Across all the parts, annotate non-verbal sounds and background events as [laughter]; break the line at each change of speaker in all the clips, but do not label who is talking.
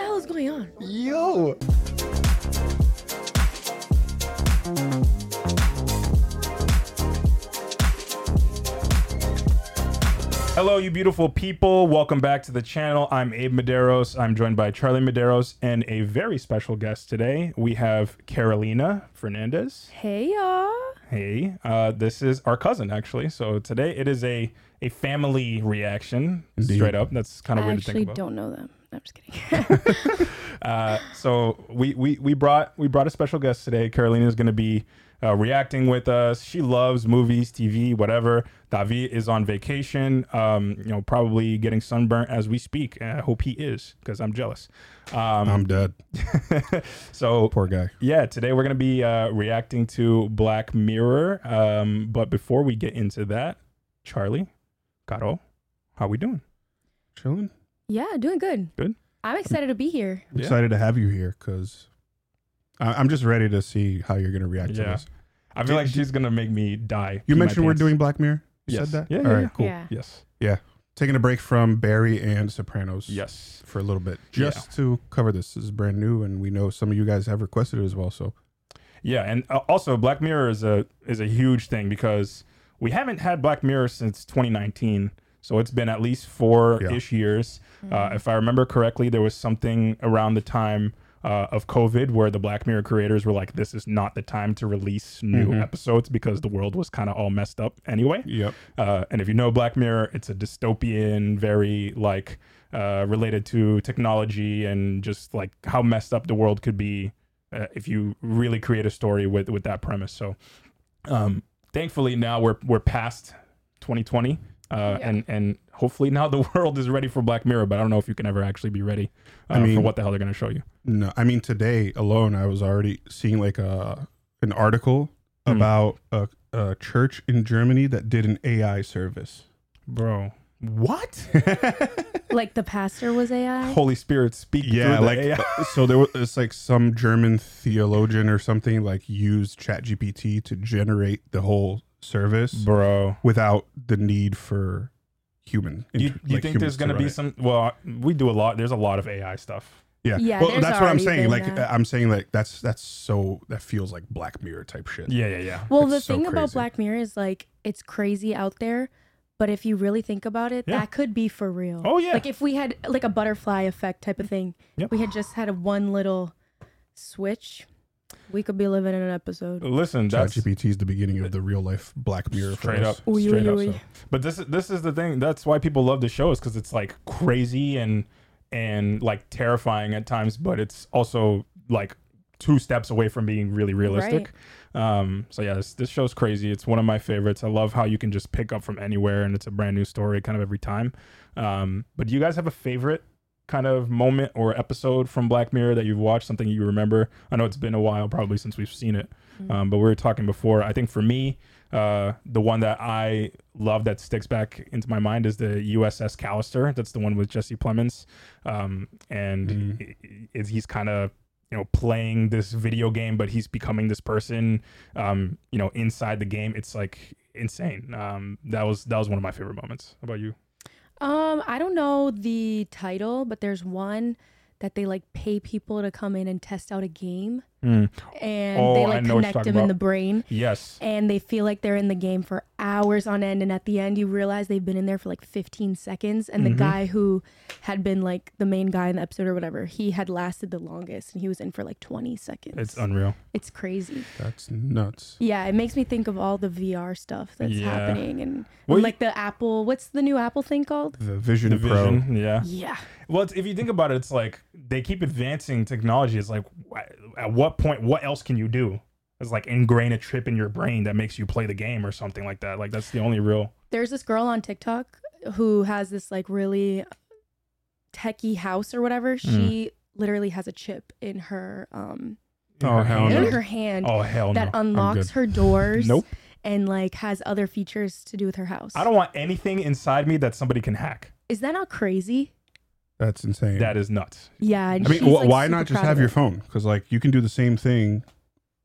hell's going on?
Yo.
Hello, you beautiful people. Welcome back to the channel. I'm Abe Medeiros. I'm joined by Charlie Medeiros and a very special guest today. We have Carolina Fernandez.
Hey, y'all.
Hey, uh, this is our cousin actually. So today it is a a family reaction, straight up. That's kind of
I
weird to
actually
think about.
don't know them. I'm just kidding. [laughs]
Uh, so we, we we brought we brought a special guest today. Carolina is going to be uh, reacting with us. She loves movies, TV, whatever. Davi is on vacation. Um, you know, probably getting sunburnt as we speak. And I hope he is because I'm jealous. Um,
I'm dead. Um.
[laughs] so
Poor guy.
yeah, today we're going to be uh, reacting to Black Mirror. Um, but before we get into that, Charlie, Caro, how we doing?
Chilling.
yeah, doing good.
Good?
I'm excited to be here.
I'm
Yeah.
Excited to have you here because I'm just ready to see how you're gonna react to
Yeah.
this.
I feel
Did-
like she's going to make me die.
You
Pee my
mentioned we're
pants.
doing Black Mirror. You
Yes.
said that.
Yeah,
All
yeah,
right.
yeah.
Cool.
Yeah.
Yes.
Taking a break from Barry and Sopranos.
Yes.
For a little bit,
Yeah.
just to cover this. This is brand new, and we know some of you guys have requested it as well. So
Yeah, and uh, also Black Mirror is a is a huge thing because we haven't had Black Mirror since 2019, so it's been at least four ish years. Uh, if I remember correctly, there was something around the time. Uh, of COVID, where the Black Mirror creators were like, "This is not the time to release new episodes because the world was kind of all messed up anyway."
Yep.
Uh, and if you know Black Mirror, it's a dystopian, very like uh, related to technology and just like how messed up the world could be uh, if you really create a story with with that premise. So, um, thankfully now we're we're past 2020, uh, and and hopefully now the [laughs] world is ready for Black Mirror. But I don't know if you can ever actually be ready uh, for
mean-
what the hell they're gonna show you.
No, I mean today alone, I was already seeing like a an article
Hmm.
about a, a church in Germany that did an AI service.
Bro,
[laughs]
what?
Like the pastor was
[laughs]
AI.
Holy Spirit speak
Yeah,
through
like
the AI.
so there was it's like some German theologian or something like used ChatGPT to generate the whole service
bro.
without the need for human.
You,
inter-
you
like
think
humans
there's
to
gonna
run
be
it.
some? Well, we do a lot. There's a lot of AI stuff.
Yeah,
Yeah,
Well,
there's
that's what I'm
already been
saying. Like
that.
I'm saying, like that's that's so that feels like Black Mirror type shit.
Yeah, yeah, yeah.
Well, the
It's so
thing about
crazy.
Black Mirror is like it's crazy out there, but if you really think about it,
Yeah.
that could be for real.
Oh, yeah.
Like if we had like a butterfly effect type of thing,
Yep.
we had just had a one little switch, we could be living in an episode.
Listen, that's
ChatGPT is the beginning of the real life Black Mirror. for
straight
us.
up,
Oy,
straight
oy,
up.
oy.
so. But this is this is the thing. That's why people love the show is because it's like crazy and and like terrifying at times, but it's also like two steps away from being really realistic. Um, so yeah, this, this show's crazy. It's one of my favorites. I love how you can just pick up from anywhere and it's a brand new story kind of every time. Um, but do you guys have a favorite kind of moment or episode from Black Mirror that you've watched, something you remember? I know it's been a while probably since we've seen it, um, but we were talking before. I think for me, uh, the one that I love that sticks back into my mind is the USS Callister. That's the one with Jesse Plemons, um, and i- i- is- he's kind of you know playing this video game, but he's becoming this person. Um, you know, inside the game, it's like insane. Um, that was that was one of my favorite moments. How about you?
Um, I don't know the title, but there's one that they like pay people to come in and test out a game, and
Oh,
they
I
like
know what you're
connect
talking
them in the
about.
brain,
Yes.
and they feel like they're in the game for hours on end, and at the end you realize they've been in there for like 15 seconds, and
Mm-hmm.
the guy who had been like the main guy in the episode or whatever, he had lasted the longest, and he was in for like 20 seconds.
It's unreal.
it's crazy.
That's nuts.
Yeah, it makes me think of all the VR stuff that's
Yeah.
happening, and,
Well,
and
you-
like the Apple. What's the new Apple thing called?
The Vision
The
Pro.
vision, yeah.
Yeah.
Well, it's, if you think about it, it's like they keep advancing technology. It's like, wh- at what point, what else can you do? It's like ingrain a chip in your brain that makes you play the game or something like that. Like that's the only real.
there's this girl on TikTok who has this like really techie house or
Mm.
whatever. She literally has a chip in her um
Oh, hell Oh,
in
no.
her hand
Oh hell no!
that unlocks her doors
Nope.
and like has other features to do with her house.
I don't want anything inside me that somebody can hack.
Is that not crazy?
That's insane.
That is nuts.
Yeah. And
I mean,
she's,
wh-
like,
why
super
not just
proud
have
of
your
it.
phone? Because like you can do the same thing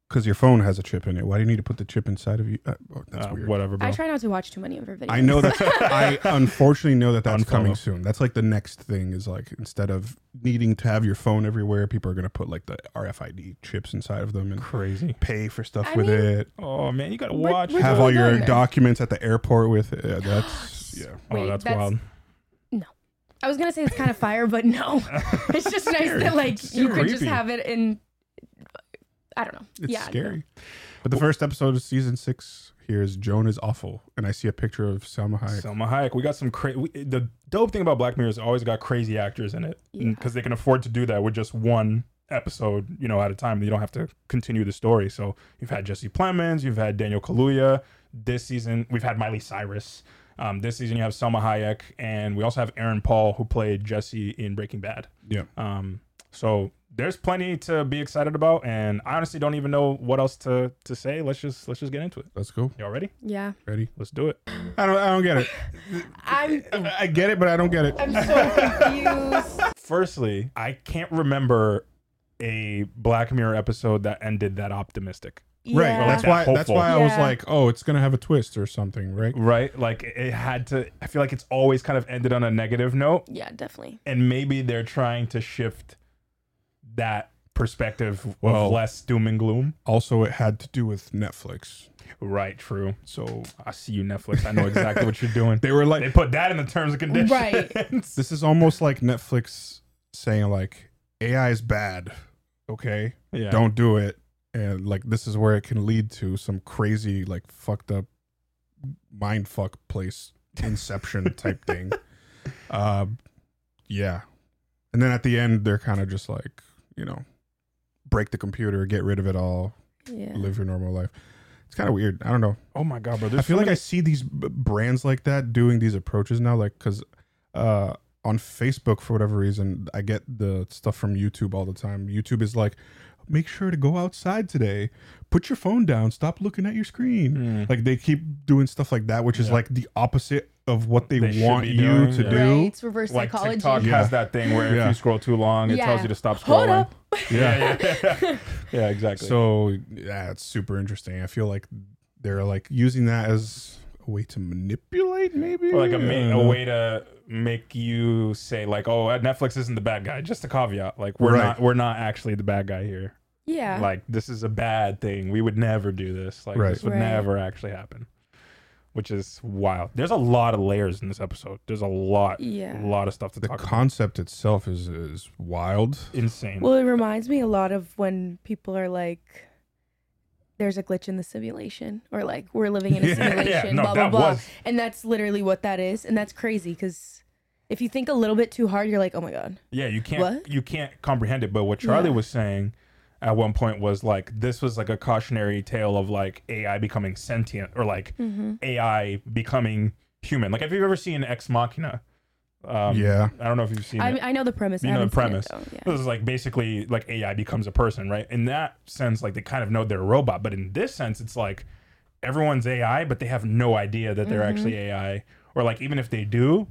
because your phone has a chip in it. Why do you need to put the chip inside of you? Uh, oh, that's
Uh,
weird.
Whatever, bro.
I try not to watch too many of her videos.
I know
[laughs]
that. I unfortunately know that that's
Unfollow.
coming soon. That's like the next thing is like instead of needing to have your phone everywhere, people are gonna put like the RFID chips inside of them and
Crazy.
pay for stuff
I
with
mean-
it.
Oh man, you gotta
What-
watch.
what- We're
have all
totally
your
going there.
documents at the airport with it. Yeah, that's yeah.
oh,
Wait,
that's,
that's-
wild.
I was gonna say it's kind of fire, but
[laughs]
no, it's just nice that like
It's
you could just
creepy.
have it in. I don't know.
It's
yeah, no.
scary. But the first episode of season six here is Joan is awful, and I see a picture of Salma Hayek.
Selma Hayek. We got some crazy. The dope thing about Black Mirror is it always got crazy actors in it
Yeah.
because they can afford to do that with just one episode, you know, at a time. You don't have to continue the story. So you've had Jesse Plemons, you've had Daniel Kaluuya. This season, we've had Miley Cyrus. Um, this season, you have Selma Hayek, and we also have Aaron Paul, who played Jesse in Breaking Bad.
yeah,
Um, so there's plenty to be excited about, and I honestly don't even know what else to to say. Let's just let's just get into it.
let's go.
Y'all ready?
Yeah,
Ready?
Let's do it.
I don't. I don't get it.
I'm.
I get it, but I don't get it.
I'm so confused.
Firstly, I can't remember a Black Mirror episode that ended that optimistic.
Right.
Yeah.
Well, that's
Like
why.
that
That's why I was
Yeah.
like, oh, it's gonna have a twist or something, right?
Right? Like it had to I feel like it's always kind of ended on a negative note
yeah, definitely.
and maybe they're trying to shift that perspective
Well-
of less doom and gloom.
Also, it had to do with Netflix,
Right, true.
so
I see you Netflix. I know exactly what you're
[laughs]
doing.
they were
They
like,
put that in the terms and conditions. [laughs]
Right.
this is almost like Netflix saying like, AI is bad. Okay,
Yeah.
don't do it and like this is where it can lead to some crazy like fucked up mind fuck place inception type thing uh yeah and then at the end they're kind of just like you know break the computer get rid of it all
Yeah.
live your normal life it's kind of weird i don't know
Oh my god, bro.
I feel like I see these b- brands like that doing these approaches now, like because uh, on Facebook for whatever reason, I get the stuff from YouTube all the time. YouTube is like, make sure to go outside today, put your phone down, stop looking at your screen.
Hmm.
Like they keep doing stuff like that, which is
Hmm. Yeah.
like the opposite of what they,
They should
want
be
you
doing,
to
yeah.
do.
Right. It's reverse
like
psychology.
TikTok
Yeah.
has that thing where
Yeah.
if you scroll too long, it
Yeah.
tells you to stop scrolling.
Hold up.
Yeah, yeah,
[laughs]
yeah. yeah, exactly.
So yeah, it's super interesting. I feel like they're like using that as a way to manipulate, maybe
or like
I
a,
don't
ma- a
know.
way to make you say like, "Oh, Netflix isn't the bad guy." Just a caveat, like we're
Right.
not we're not actually the bad guy here.
Yeah.
Like this is a bad thing. We would never do this. Like
Right.
this would
Right.
never actually happen. Which is wild. There's a lot of layers in this episode. There's a lot,
Yeah.
a lot of stuff to
The
talk.
concept itself is is wild.
about. Insane.
Well, it reminds me a lot of when people are like, "There's a glitch in the simulation," or like, "We're living in a
[laughs]
Yeah, yeah,
simulation,"
no,
blah blah
that
blah,
was-
and that's literally what that is, and that's crazy because if you think a little bit too hard, you're like, "Oh my god,
Yeah, you can't
What?
you can't comprehend it. But what Charlie
Yeah.
was saying at one point was like this was like a cautionary tale of like AI becoming sentient or like
Mm-hmm.
AI becoming human. Like have you ever seen Ex Machina? Um,
yeah,
I don't know if you've seen
I,
it.
I know the premise." I
You know the
haven't seen it, though.
This is like basically like AI becomes a person, right? In that sense, like they kind of know they're a robot, but in this sense, it's like everyone's AI, but they have no idea that they're actually
Mm-hmm.
AI, or like even if they do.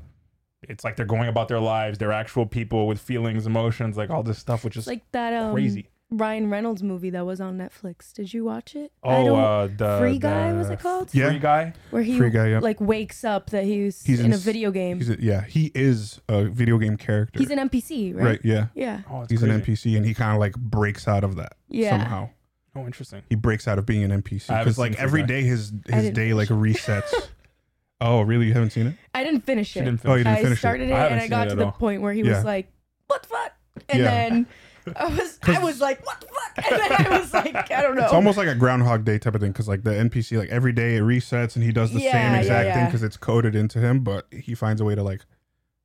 It's like they're going about their lives. They're actual people with feelings, emotions, like all this stuff, which is
Yeah. Like that um,
crazy.
Ryan Reynolds movie that was on Netflix. Did you watch it? I
Oh,
don't-
uh, the
Free Guy
the
was it called?
Yeah.
Free guy.
Where he
Free Guy, yeah.
like wakes up that he was
He's
in,
in
a
s-
video game.
He's
He's,
a, yeah, he is a video game character.
an NPC, right?
right? Yeah,
Yeah.
Oh, it's
he's
crazy.
an NPC, and he kind of like breaks out of that
Yeah.
somehow.
Oh, interesy
He breaks out of being an NPC
I haven't
because like
seen Free
every
Guy.
day his
I
his
didn't
day like resets.
[laughs]
oh, really? You haven't seen it?
I didn't finish
She
it.
didn't
Oh, you
finish.
didn't
I
finish
started
it.
it,
I haven't
and I
seen
got
it
to
at
the
all.
point where he
Yeah.
was like, "What the fuck?" And
Yeah.
then I was, I
[laughs]
'Cause-
was like, "What the fuck?" And then I was like, "I don't know."
It's almost like a Groundhog Day type of thing because like the NPC like every day it resets and he does the
Yeah,
same
yeah,
exact thing
yeah.
because it's coded into him, but he finds a way to like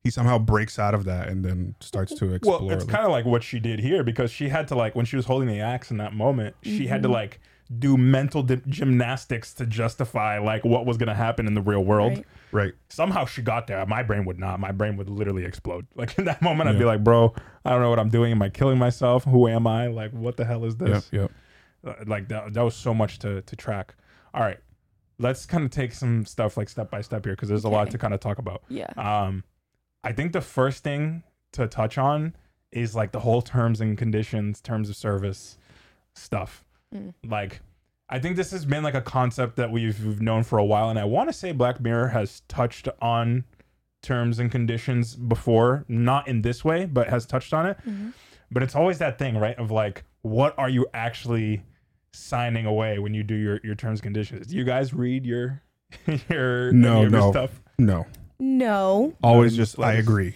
he somehow breaks out of that and then starts to explore.
Well, it's
like-
kind of like what she did here because she had to like when she was holding the axe in that moment, she had to
Mm-hmm.
like do mental di- gymnastics to justify like what was going to happen in the real world.
Right.
right.
Somehow she got there. My brain would not. My brain would literally explode. [laughs] Like in that moment, I'd
Yeah.
be like, "Bro, I don't know what I'm doing. Am I killing myself? Who am I? Like, what the hell is
Yep.
this?"
Yep.
Uh, Like that. That was so much to to track. All right, let's kind of take some stuff like step by step here because there's a lot
Okay.
to kind of talk about.
yeah,
Um, I think the first thing to touch on is like the whole terms and conditions, terms of service stuff.
Mm.
Like, I think this has been like a concept that we've, we've known for a while, and I want to say Black Mirror has touched on terms and conditions before, not in this way, but has touched on it.
Mhm.
But it's always that thing, right? Of like, what are you actually signing away when you do your your terms and conditions? Do you guys read your [laughs] your
No,
any of your
no.
stuff?
No,
No.
always
I'm
just
just
I
like-
agree.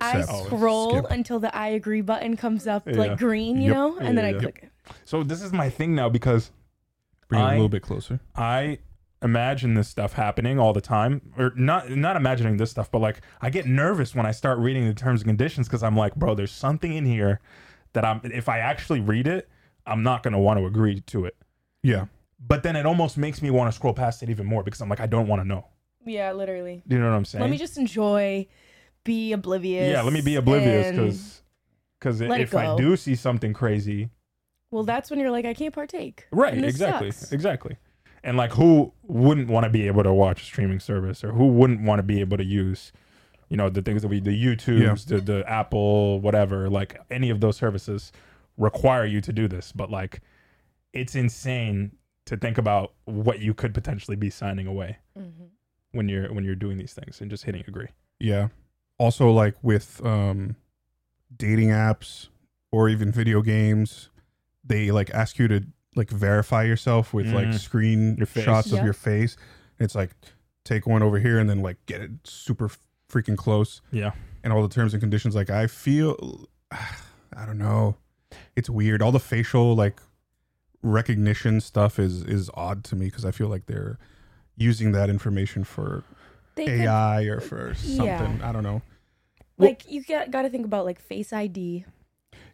I
Except
scroll
Skip.
until the I agree button comes up
Yeah.
like green, you
Yep.
know, and then I
Yeah.
click it.
So this is my thing now because
bring it a
I-
little bit closer.
I imagine this stuff happening all the time or not not imagining this stuff but like I get nervous when I start reading the terms and conditions cuz I'm like bro there's something in here that I'm if I actually read it I'm not going to want to agree to it
Yeah,
but then it almost makes me want to scroll past it even more because I'm like I don't want to know
Yeah, literally.
do you know what I'm saying
Let me just enjoy, be oblivious.
yeah let me be oblivious
and-
cuz cuz
let it
if I
go.
do see something crazy
well, that's when you're like, I can't partake.
Right,
And this
exactly.
sucks.
Exactly. And like who wouldn't want to be able to watch a streaming service or who wouldn't want to be able to use you know the things that we the YouTubes, the the Apple, whatever, like any of those services require you to do this, but like it's insane to think about what you could potentially be signing away
Mm-hmm.
when you're when you're doing these things and just hitting agree.
yeah. Also, like with um, dating apps or even video games, they like ask you to like verify yourself with like
Mm.
screen
Your face.
shots
Yeah.
of your face. It's like take one over here and then like get it super freaking close.
Yeah.
and all the terms and conditions. Like I feel, [sighs] I don't know, it's weird. All the facial like recognition stuff is is odd to me because I feel like they're using that information for
They could-
AI or for something.
Yeah.
I don't know.
like you got got to think about like Face ID.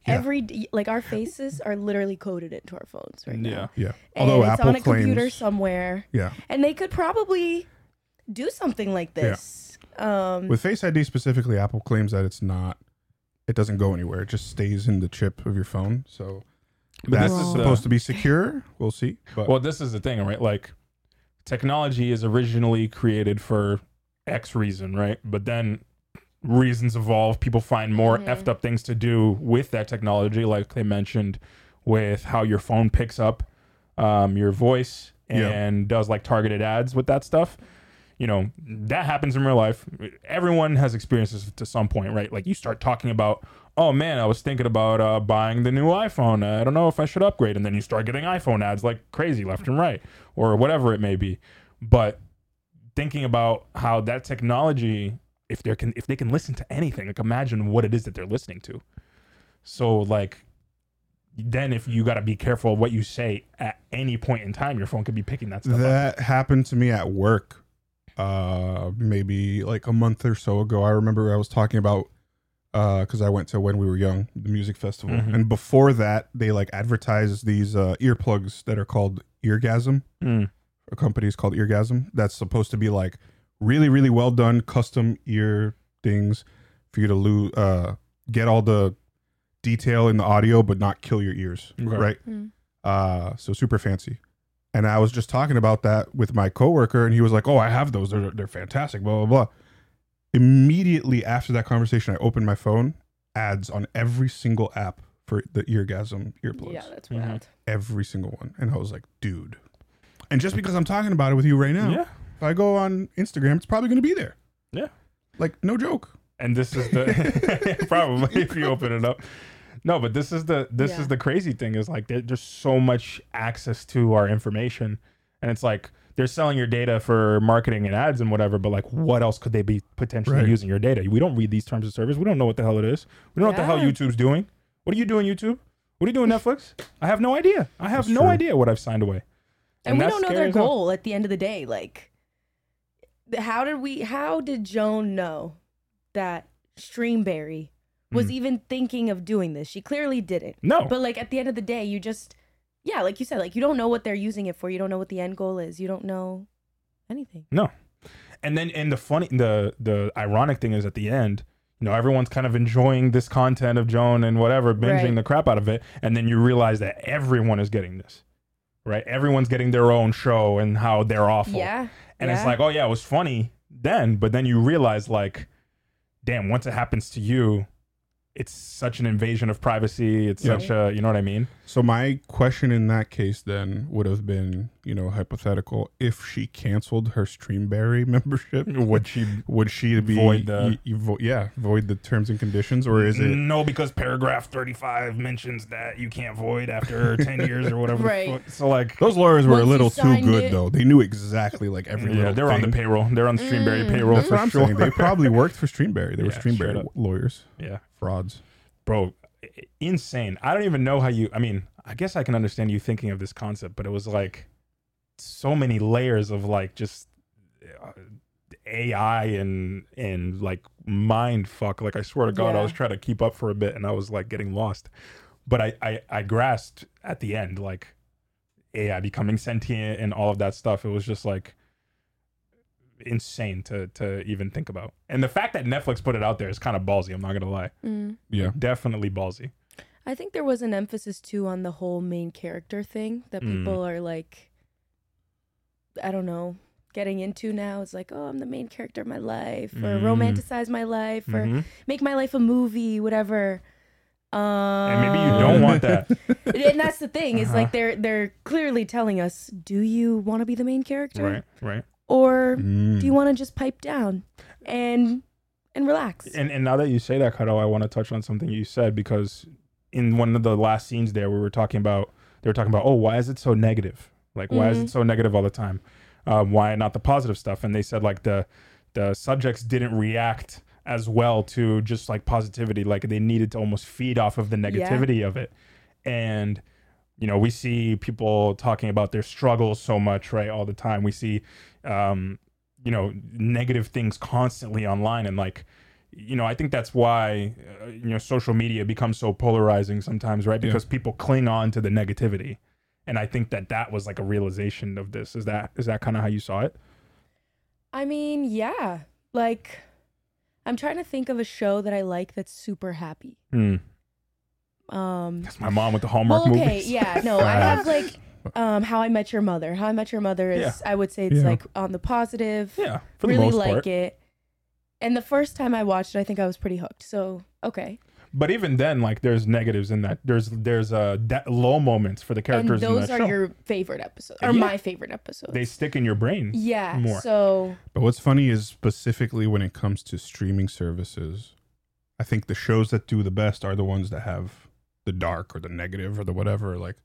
Yeah.
Every d- like our faces are literally coded into our phones right now.
Yeah.
And
Although
it's
Apple
on a computer
claims-
somewhere,
Yeah.
and they could probably do something like this. Um,
With Face ID specifically, Apple claims that it's not. It doesn't go anywhere. It just stays in the chip of your phone. So
But
that's
this is
Wrong.
supposed
the-
to be secure. We'll see. But
Well, this is the thing, right? Like, technology is originally created for X reason, right? But then reasons evolve. People find more
Mhm.
effed up things to do with that technology, like they mentioned, with how your phone picks up um, your voice
Yeah.
and does like targeted ads with that stuff. You know, that happens in real life. Everyone has experienced this to some point, right? Like, you start talking about, oh man, I was thinking about uh, buying the new iPhone. I don't know if I should upgrade. And then you start getting iPhone ads like crazy left and right or whatever it may be. But thinking about how that technology, if they can, if they can listen to anything, like imagine what it is that they're listening to. So like, then if you got to be careful of what you say at any point in time, your phone could be picking that stuff up.
That happened to me at work, uh, maybe like a month or so ago. I remember I was talking about because I went to when we were young, the music festival,
Mhm.
and before that, they like advertise these uh, earplugs that are called Eargasm.
Mm.
A company is called Eargasm. That's supposed to be like really, really well done custom ear things for you to lose, uh, get all the detail in the audio, but not kill your ears,
Okay.
right?
Mm.
Uh, so super fancy. And I was just talking about that with my coworker, and he was like, "Oh, I have those. They're they're fantastic." Blah blah blah. Immediately after that conversation, I opened my phone. Ads on every single app for the eargasm earplugs,
yeah, that's
Mhm.
wild.
every single one. And I was like, "Dude." And just because I'm talking about it with you right now,
Yeah.
if I go on Instagram, it's probably going to be there.
Yeah.
Like no joke.
and this
[laughs]
is the [laughs] probably if you open it up no but this is the this
Yeah.
is the crazy thing is like there, there's so much access to our information and it's like they're selling your data for marketing and ads and whatever but like what else could they be potentially
Right.
using your data we don't read these terms of service we don't know what the hell it is we don't know what the
Yeah.
hell youtube's doing what are you doing youtube what are you doing netflix i have no idea i have
That's
no
true.
idea what i've signed away
and, we
that's
don't know
scary
their
as hell.
goal at the end of the day like th- how did we how did joan know that streamberry was
Mm.
even thinking of doing this she clearly didn't
no
but like at the end of the day you just yeah like you said like you don't know what they're using it for you don't know what the end goal is you don't know anything
and then and the funny the the ironic thing is at the end you know everyone's kind of enjoying this content of joan and whatever binging
Right.
the crap out of it and then you realize that everyone is getting this right everyone's getting their own show and how they're awful
yeah
and it's
yeah.
like oh yeah it was funny then but then you realize like damn once it happens to you it's such an invasion of privacy. It's
Yeah.
such a you know what I mean.
So my question in that case then would have been, you know, hypothetical. If she canceled her Streamberry [laughs] membership,
Would she?
would she be
Void the-
y- you vo- yeah void the terms and conditions, or is it?
no? Because paragraph thirty-five mentions that you can't
[laughs]
void after ten years or whatever. the
Right.
fuck. So like,
Those lawyers were
Once
a
you
little too
signed
good
it-
though. They knew exactly like every
yeah,
little.
they're on the
thing.
payroll. They're on Streamberry payroll
That's
for
what I'm
sure.
saying. They probably worked for Streamberry. They [laughs] were
Yeah,
Streamberry
straight up.
lawyers,
yeah.
frauds.
bro i- i- insane i don't even know how you i mean i guess i can understand you thinking of this concept but it was like so many layers of like just uh, ai and and like mind fuck like i swear to god i
Yeah.
was trying to keep up for a bit and i was like getting lost but i i, I grasped at the end like ai becoming sentient and all of that stuff it was just like insane to to even think about and the fact that netflix put it out there is kind of ballsy i'm not gonna lie
Mm.
Yeah,
definitely ballsy.
I think there was an emphasis too on the whole main character thing that
Mm.
people are like, I don't know, getting into now. It's like, oh, I'm the main character of my life, or
Mm.
romanticize my life, or
Mhm.
make my life a movie, whatever. Um,
And maybe you don't want that.
[laughs] and that's the thing is
Uh-huh.
like they're they're clearly telling us, do you want to be the main character,
right, right.
or
Mm.
do you want to just pipe down and and relax?
And and now that you say that, Kato, I want to touch on something you said because in one of the last scenes there, we were talking about they were talking about oh why is it so negative? Like why is
Mhm.
it so negative all the time? Um, why not the positive stuff? And they said like the the subjects didn't react as well to just like positivity. Like they needed to almost feed off of the negativity of it. And you know we see people talking about their struggles so much right all the time. We see um, you know negative things constantly online and like you know i think that's why uh, you know social media becomes so polarizing sometimes right
Yeah.
because people cling on to the negativity and i think that that was like a realization of this is that is that kind of how you saw it
I mean, yeah. Like, I'm trying to think of a show that I like that's super happy. Um,
that's my mom with the hallmark
well, okay,
movies
yeah, no,
[laughs]
I have like, um, How I Met Your Mother. How I Met Your Mother is, I would say, it's
Yeah.
like on the positive.
yeah for the
really
most
like
part
it. And the first time I watched it, I think I was pretty hooked. So okay,
but even then like there's negatives in that there's there's uh de- low moments for the characters
and
in
those
that
are
show
your favorite episodes, or
Yeah.
my favorite episodes.
they stick in your brain
yeah.
more.
So
But what's funny is specifically when it comes to streaming services, I think the shows that do the best are the ones that have the dark or the negative or the whatever, like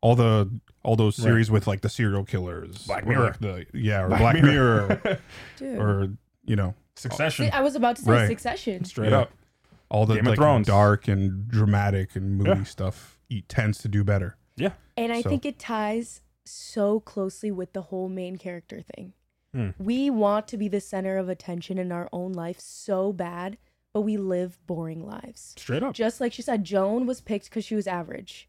all the all those
Right.
series with like the serial killers,
Black
or, like, the yeah, or Black, Mirror,
dude,
or, you know
[laughs] succession
See, I was about to say
Right.
Succession.
straight
Yeah.
up
all the
Game of
like,
Thrones.
dark and dramatic and moody
Yeah.
stuff. It tends to do better.
And I
So-
think it ties so closely with the whole main character thing.
Hmm.
We want to be the center of attention in our own life so bad, but we live boring lives.
straight up
Just like she said, Joan was picked because she was average.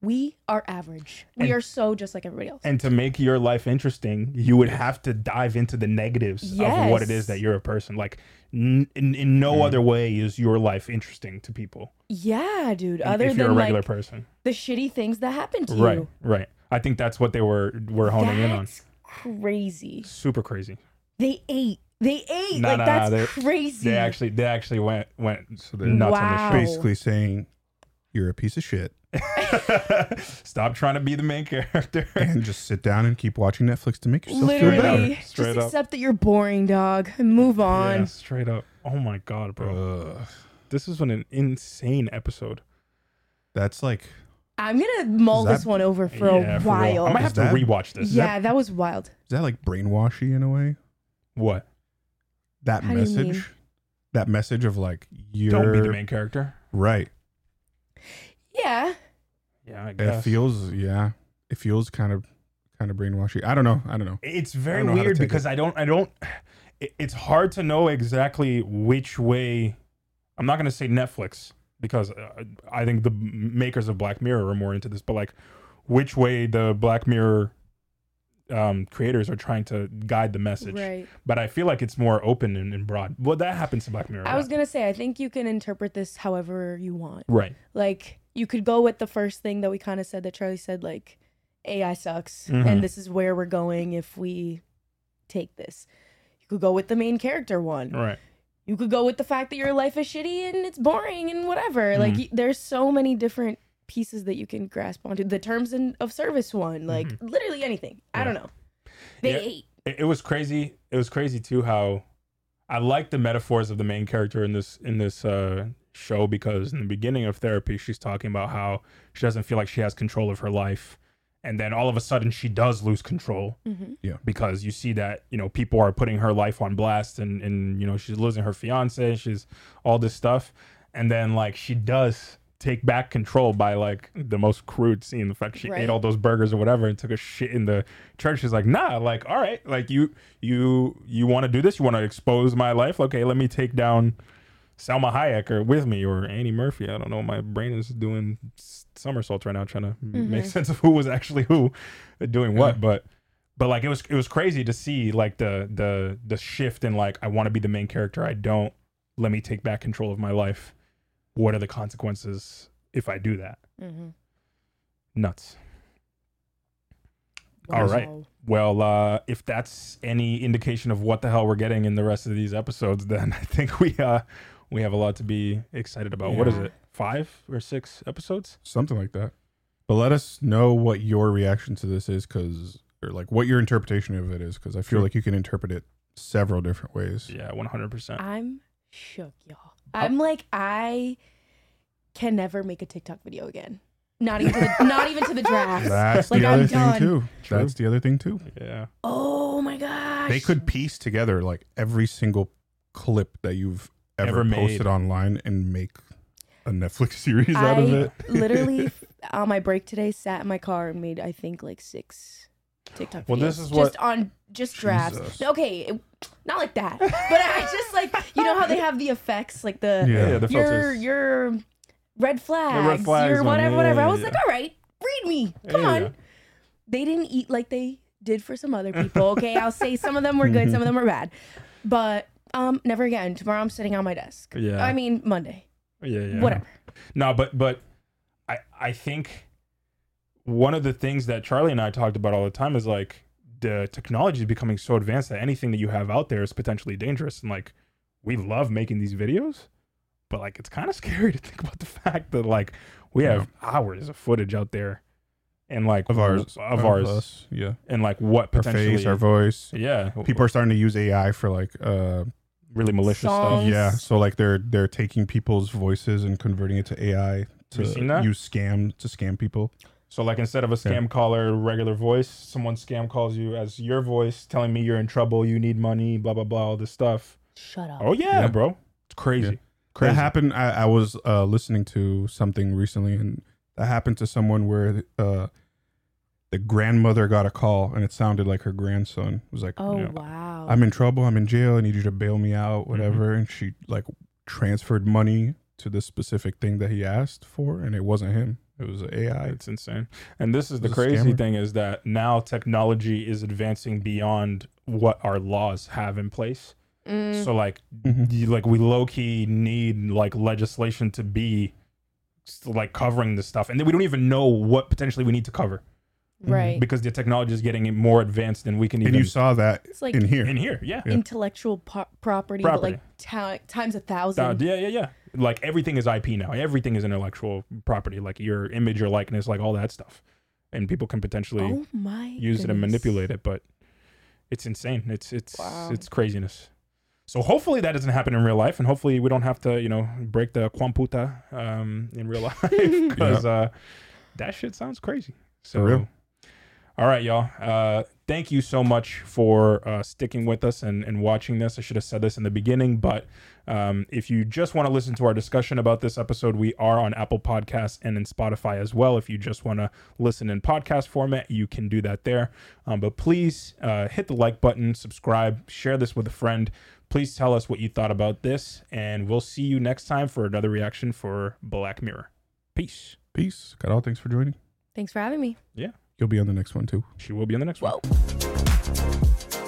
We are average. We
And-
are so just like everybody else.
And to make your life interesting, you would have to dive into the negatives of what it
Yes.
is that you're a person. Like, n- in, in no
Mhm.
other way is your life interesting to people.
yeah, dude.
i-
Other
if
than
you're a regular
like
person,
the shitty things that happen to
right?
you.
Right. I think that's what they were were honing in on.
That's crazy.
Super crazy.
They ate. They ate.
Nah,
like
nah,
that's
nah, they-
crazy.
They actually they actually went went
So they're
nuts
Wow.
on this
basically saying you're a piece of shit
shit. [laughs] Stop trying to be the main character.
and just sit down and keep watching Netflix to make yourself feel better.
Literally,
better. Straight
just
up.
accept that you're boring, dog, and move on.
[laughs] Yeah, straight up. Oh my god, bro.
Ugh.
This was an insane episode.
That's like
I'm gonna mull
Is that-
this one over for a
Yeah, for real.
while.
I might have
Is
to
that-
rewatch this.
yeah, that was wild.
is that like brainwashy in a way?
What?
That
How do you mean?
message, that message of like you're
Don't be the main character.
right.
Yeah,
Yeah, I
It feels yeah, it feels kind of kind of brainwashy. I don't know. I don't know.
it's
I
very
don't know how to
weird
take
because I don't I don't it- it's hard to know exactly which way I'm not going to say Netflix because uh, I think the makers of Black Mirror are more into this but like which way the Black Mirror um, creators are trying to guide the message
right.
but I feel like it's more open and, and broad well that happens to Black Mirror a
I was
lot.
gonna say, I think you can interpret this however you want.
right
Like, you could go with the first thing that we kind of said that Charlie said, like, AI sucks,
Mhm.
and this is where we're going if we take this. You could go with the main character one.
right
you could go with the fact that your life is shitty and it's boring and whatever.
Mm-hmm.
Like y- there's so many different pieces that you can grasp onto. The terms in, of service one, like literally anything. I
Mm-hmm. Yeah.
don't know. They
Yeah.
ate.
it, it was crazy. It was crazy too how I like the metaphors of the main character in this in this uh, show because in the beginning of therapy, she's talking about how she doesn't feel like she has control of her life, and then all of a sudden she does lose control
Mm-hmm.
because you see that you know people are putting her life on blast and and you know she's losing her fiance she's all this stuff and then like she does take back control by like the most crude scene the fact she
Right.
ate all those burgers or whatever and took a shit in the church she's like nah like all right like you you you want to do this you want to expose my life okay let me take down Salma Hayek or with me or Annie Murphy. I don't know. My brain is doing s- somersaults right now, trying to m make sense of who was actually who, doing what. But but like it was it was crazy to see like the the the shift in like I want to be the main character. I don't. Let me take back control of my life. What are the consequences if I do that?
Mm-hmm.
Nuts. All right. Well, uh, if that's any indication of what the hell we're getting in the rest of these episodes, [laughs] then I think we uh, we have a lot to be excited about. What is
Yeah.
it? Five or six episodes?
something like that. But let us know what your reaction to this is, because or like what your interpretation of it is, because I feel
Sure.
like you can interpret it several different ways.
Yeah, one hundred percent.
I'm shook, y'all.
Oh.
I'm like I can never make a TikTok video again. Not even to the, not even to
[laughs]
the draft.
That's
Like,
the
I'm
other thing
done.
too.
True.
That's the other thing too.
Yeah,
Oh my gosh.
They could piece together like every single clip that you've ever,
Ever made.
posted online and make a Netflix [laughs] series out of
I
it.
[laughs]
literally f- on my break today sat in my car and made I think like six TikTok
Well,
videos.
this is
just on just drafts.
Jesus.
Okay, it- not like that, but I [laughs] just like you know how they have the effects like the
Yeah.
yeah. The
your
filters.
your red flags,
flags
your
one,
whatever,
yeah,
whatever. I
yeah,
was
yeah.
like, all right, read me, come
Yeah,
on.
yeah.
They didn't eat like they did for some other people. Okay, I'll say some of them were
[laughs]
good, some of them were bad, but um, never again. Tomorrow I'm sitting on my desk.
Yeah.
I mean Monday,
yeah, yeah.
whatever.
No, but but I I think one of the things that Charlie and I talked about all the time is like the technology is becoming so advanced that anything that you have out there is potentially dangerous. And like we love making these videos, but like it's kind of [laughs] scary to think about the fact that like we have hours of footage out there and like
Of ours,
of ours
us, yeah.
and like what
Our
potentially
face, our voice.
yeah
People are starting to use AI for like uh
really malicious
Songs.
stuff.
Yeah, so like they're they're taking people's voices and converting it to AI to
you seen that?
use scam to scam people.
So like instead of a
Yeah.
scam caller, regular voice, someone scam calls you as your voice, telling me you're in trouble, you need money, blah blah blah, all this stuff.
Shut up.
Oh yeah,
Yeah.
bro, it's crazy,
Yeah.
crazy.
That happened. I, I was uh, listening to something recently, and that happened to someone where uh, the grandmother got a call, and it sounded like her grandson It was like,
Oh
you know,
wow.
"I'm in trouble. I'm in jail. I need you to bail me out,
Mm-hmm.
whatever." And she like transferred money to this specific thing that he asked for, and it wasn't him. It was AI.
It's insane. And this is the
It's a
crazy
scammer.
thing is that now technology is advancing beyond what our laws have in place.
Mm.
So like
Mhm.
you, like we low key need like legislation to be s- like covering this stuff, and then we don't even know what potentially we need to cover
right.
because the technology is getting more advanced than we can even.
And you saw that
It's like
in here.
in here, yeah.
intellectual po- property, but like ta- times a thousand.
Uh, yeah, yeah, yeah. Like everything is IP now. Everything is intellectual property, like your image, your likeness, like all that stuff. And people can potentially
oh my.
use it and
goodness.
manipulate it, but it's insane. It's it's
Wow.
it's craziness. So hopefully that doesn't happen in real life, and hopefully we don't have to, you know, break the quamputa um, in
[laughs]
real [laughs] life because uh, that shit sounds crazy. So,
real.
all right, y'all. Uh, thank you so much for uh, sticking with us and, and watching this. I should have said this in the beginning, but um, if you just want to listen to our discussion about this episode, we are on Apple Podcasts and in Spotify as well. If you just want to listen in podcast format, you can do that there. Um, but please uh, hit the like button, subscribe, share this with a friend. Please tell us what you thought about this, and we'll see you next time for another reaction for Black Mirror. Peace.
Peace, Carol. Thanks for joining.
Thanks for having me.
Yeah,
You'll be on the next one too.
she will be on the next one.
Whoa.